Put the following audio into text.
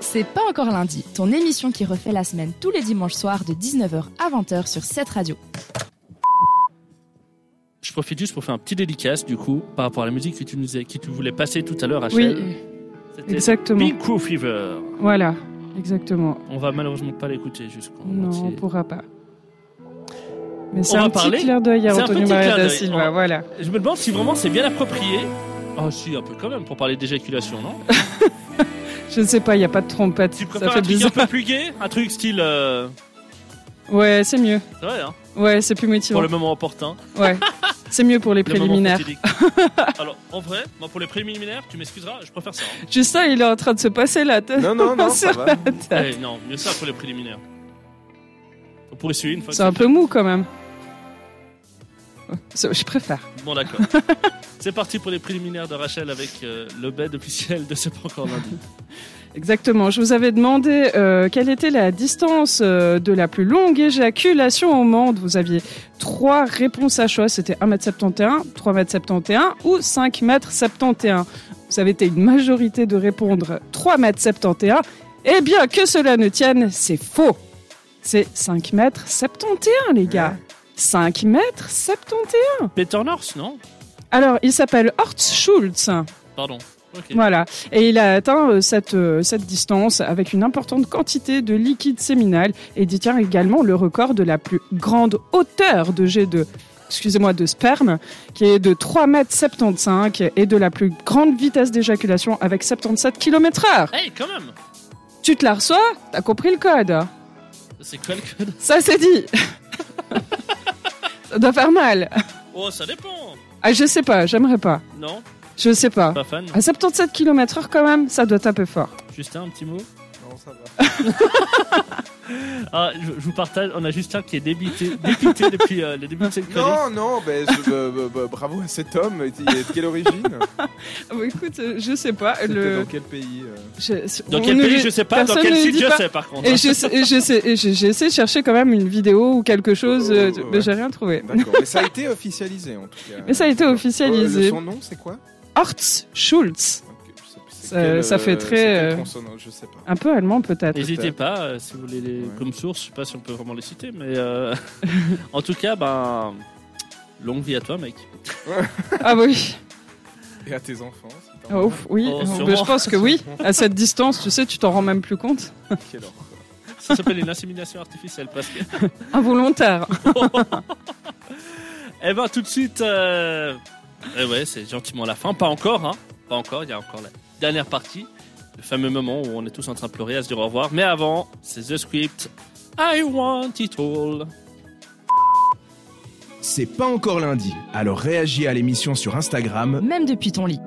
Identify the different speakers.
Speaker 1: C'est pas encore lundi, ton émission qui refait la semaine tous les dimanches soirs de 19h à 20h sur cette radio.
Speaker 2: Je profite juste pour faire un petit dédicace, du coup, par rapport à la musique que tu, nous disais- que tu voulais passer tout à l'heure, Rachel. C'était
Speaker 3: exactement.
Speaker 2: Big Crew Fever.
Speaker 3: Voilà, exactement.
Speaker 2: On va malheureusement pas l'écouter jusqu'en
Speaker 3: Non, on
Speaker 2: entier.
Speaker 3: pourra pas. Mais c'est
Speaker 2: va
Speaker 3: un petit
Speaker 2: parler-
Speaker 3: clin d'œil à
Speaker 2: c'est un
Speaker 3: Antonio
Speaker 2: petit
Speaker 3: Maria
Speaker 2: clin
Speaker 3: da
Speaker 2: d'œil.
Speaker 3: Silva,
Speaker 2: On-
Speaker 3: voilà.
Speaker 2: Je me demande si vraiment c'est bien approprié. Ah si, un peu quand même, pour parler d'éjaculation, non
Speaker 3: Je ne sais pas, il n'y a pas de trompette,
Speaker 2: Tu
Speaker 3: ça
Speaker 2: préfères un
Speaker 3: fait
Speaker 2: truc
Speaker 3: bizarre.
Speaker 2: un peu plus gay Un truc style... euh,
Speaker 3: Ouais, c'est mieux.
Speaker 2: C'est vrai, hein
Speaker 3: Ouais, c'est plus motivant.
Speaker 2: Pour le moment opportun.
Speaker 3: Ouais, c'est mieux pour les
Speaker 2: le moment
Speaker 3: préliminaires.
Speaker 2: fatidique. Alors, en vrai, moi pour les préliminaires, tu m'excuseras, je préfère ça. hein.
Speaker 3: Juste ça, il est en train de se passer là.
Speaker 4: Non, non, non, ça
Speaker 3: c'est
Speaker 4: va.
Speaker 2: Eh, non, mieux ça pour les préliminaires. On pourrait essayer une fois.
Speaker 3: c'est un peu mou quand même. Ouais, c'est- Je préfère.
Speaker 2: Bon, d'accord. C'est parti pour les préliminaires de Rachel avec euh, le bed officiel de ce pas encore lundi.
Speaker 3: Exactement. Je vous avais demandé euh, quelle était la distance euh, de la plus longue éjaculation au monde. Vous aviez trois réponses à choix. C'était 1m71, 3m71 ou 5m71. Vous avez été une majorité de répondre 3m71. Eh bien, que cela ne tienne, c'est faux. C'est 5m71, les gars. 5m71.
Speaker 2: Peter North, non
Speaker 3: Alors, il s'appelle Horst Schulz.
Speaker 2: Pardon. Ok.
Speaker 3: Voilà. Et il a atteint euh, cette, euh, cette distance avec une importante quantité de liquide séminal et détient également le record de la plus grande hauteur de jet de excusez-moi, de sperme, qui est de 3,75 m et de la plus grande vitesse d'éjaculation avec 77 km heure.
Speaker 2: Hey, quand même
Speaker 3: Tu te la reçois T'as compris le code
Speaker 2: C'est quoi le code
Speaker 3: Ça, c'est dit Ça doit faire mal.
Speaker 2: Oh, ça dépend
Speaker 3: Ah, je sais pas, j'aimerais pas.
Speaker 2: Non
Speaker 3: Je sais pas.
Speaker 2: Pas fan
Speaker 3: À 77 km heure quand même, ça doit taper fort.
Speaker 2: Justin, un petit mot
Speaker 4: Non, ça va.
Speaker 2: Ah, je, je vous partage, on a Justin qui est débité, dépité depuis euh, le début de cette chronique.
Speaker 4: Non, non, ben, je- euh, bah, bah, bravo à cet homme. Il est de quelle origine
Speaker 3: Ah bah écoute, euh, je sais pas.
Speaker 4: C'était
Speaker 3: Le...
Speaker 4: dans quel pays euh
Speaker 3: je-
Speaker 2: Dans
Speaker 3: on
Speaker 2: quel
Speaker 3: ne
Speaker 2: pays,
Speaker 3: le-
Speaker 2: je sais pas. Dans
Speaker 3: personne
Speaker 2: quel
Speaker 3: ne le
Speaker 2: site,
Speaker 3: dit
Speaker 2: je
Speaker 3: pas.
Speaker 2: sais, par contre.
Speaker 3: Et je sais- et je sais- et j'ai j'ai essayé de chercher quand même une vidéo ou quelque chose,
Speaker 4: Oh,
Speaker 3: euh,
Speaker 4: ouais.
Speaker 3: mais j'ai rien trouvé.
Speaker 4: D'accord, mais ça a été officialisé en tout cas.
Speaker 3: Mais ça a été
Speaker 4: D'accord.
Speaker 3: officialisé.
Speaker 4: Euh, son nom, c'est quoi
Speaker 3: Horst Schulz,
Speaker 4: Ok, je sais plus
Speaker 3: Ça-
Speaker 4: c'est
Speaker 3: ça fait très,
Speaker 4: c'est quelle
Speaker 3: euh,
Speaker 4: consonance, je sais pas.
Speaker 3: un peu allemand peut-être.
Speaker 2: N'hésitez pas, euh, si vous voulez, les,
Speaker 4: Ouais.
Speaker 2: comme source, je sais pas si on peut vraiment les citer, mais euh, en tout cas, ben, longue vie à toi, mec.
Speaker 3: Ah oui,
Speaker 4: Et à tes enfants c'est
Speaker 3: Ah,
Speaker 4: un-
Speaker 3: ouf, oui.
Speaker 2: Oh,
Speaker 3: Mais
Speaker 2: sûrement.
Speaker 3: je pense que oui. À cette distance, tu sais, tu t'en rends même plus compte.
Speaker 4: Quelle horreur.
Speaker 2: Ça s'appelle une insémination artificielle, parce que...
Speaker 3: Involontaire.
Speaker 2: Eh ben, tout de suite, euh... eh ouais, c'est gentiment la fin. Pas encore, hein. Pas encore, il y a encore la dernière partie. Le fameux moment où on est tous en train de pleurer à se dire au revoir. Mais avant, c'est The Script. I want it all.
Speaker 5: C'est pas encore lundi, alors réagis à l'émission sur Instagram
Speaker 1: Même depuis ton lit.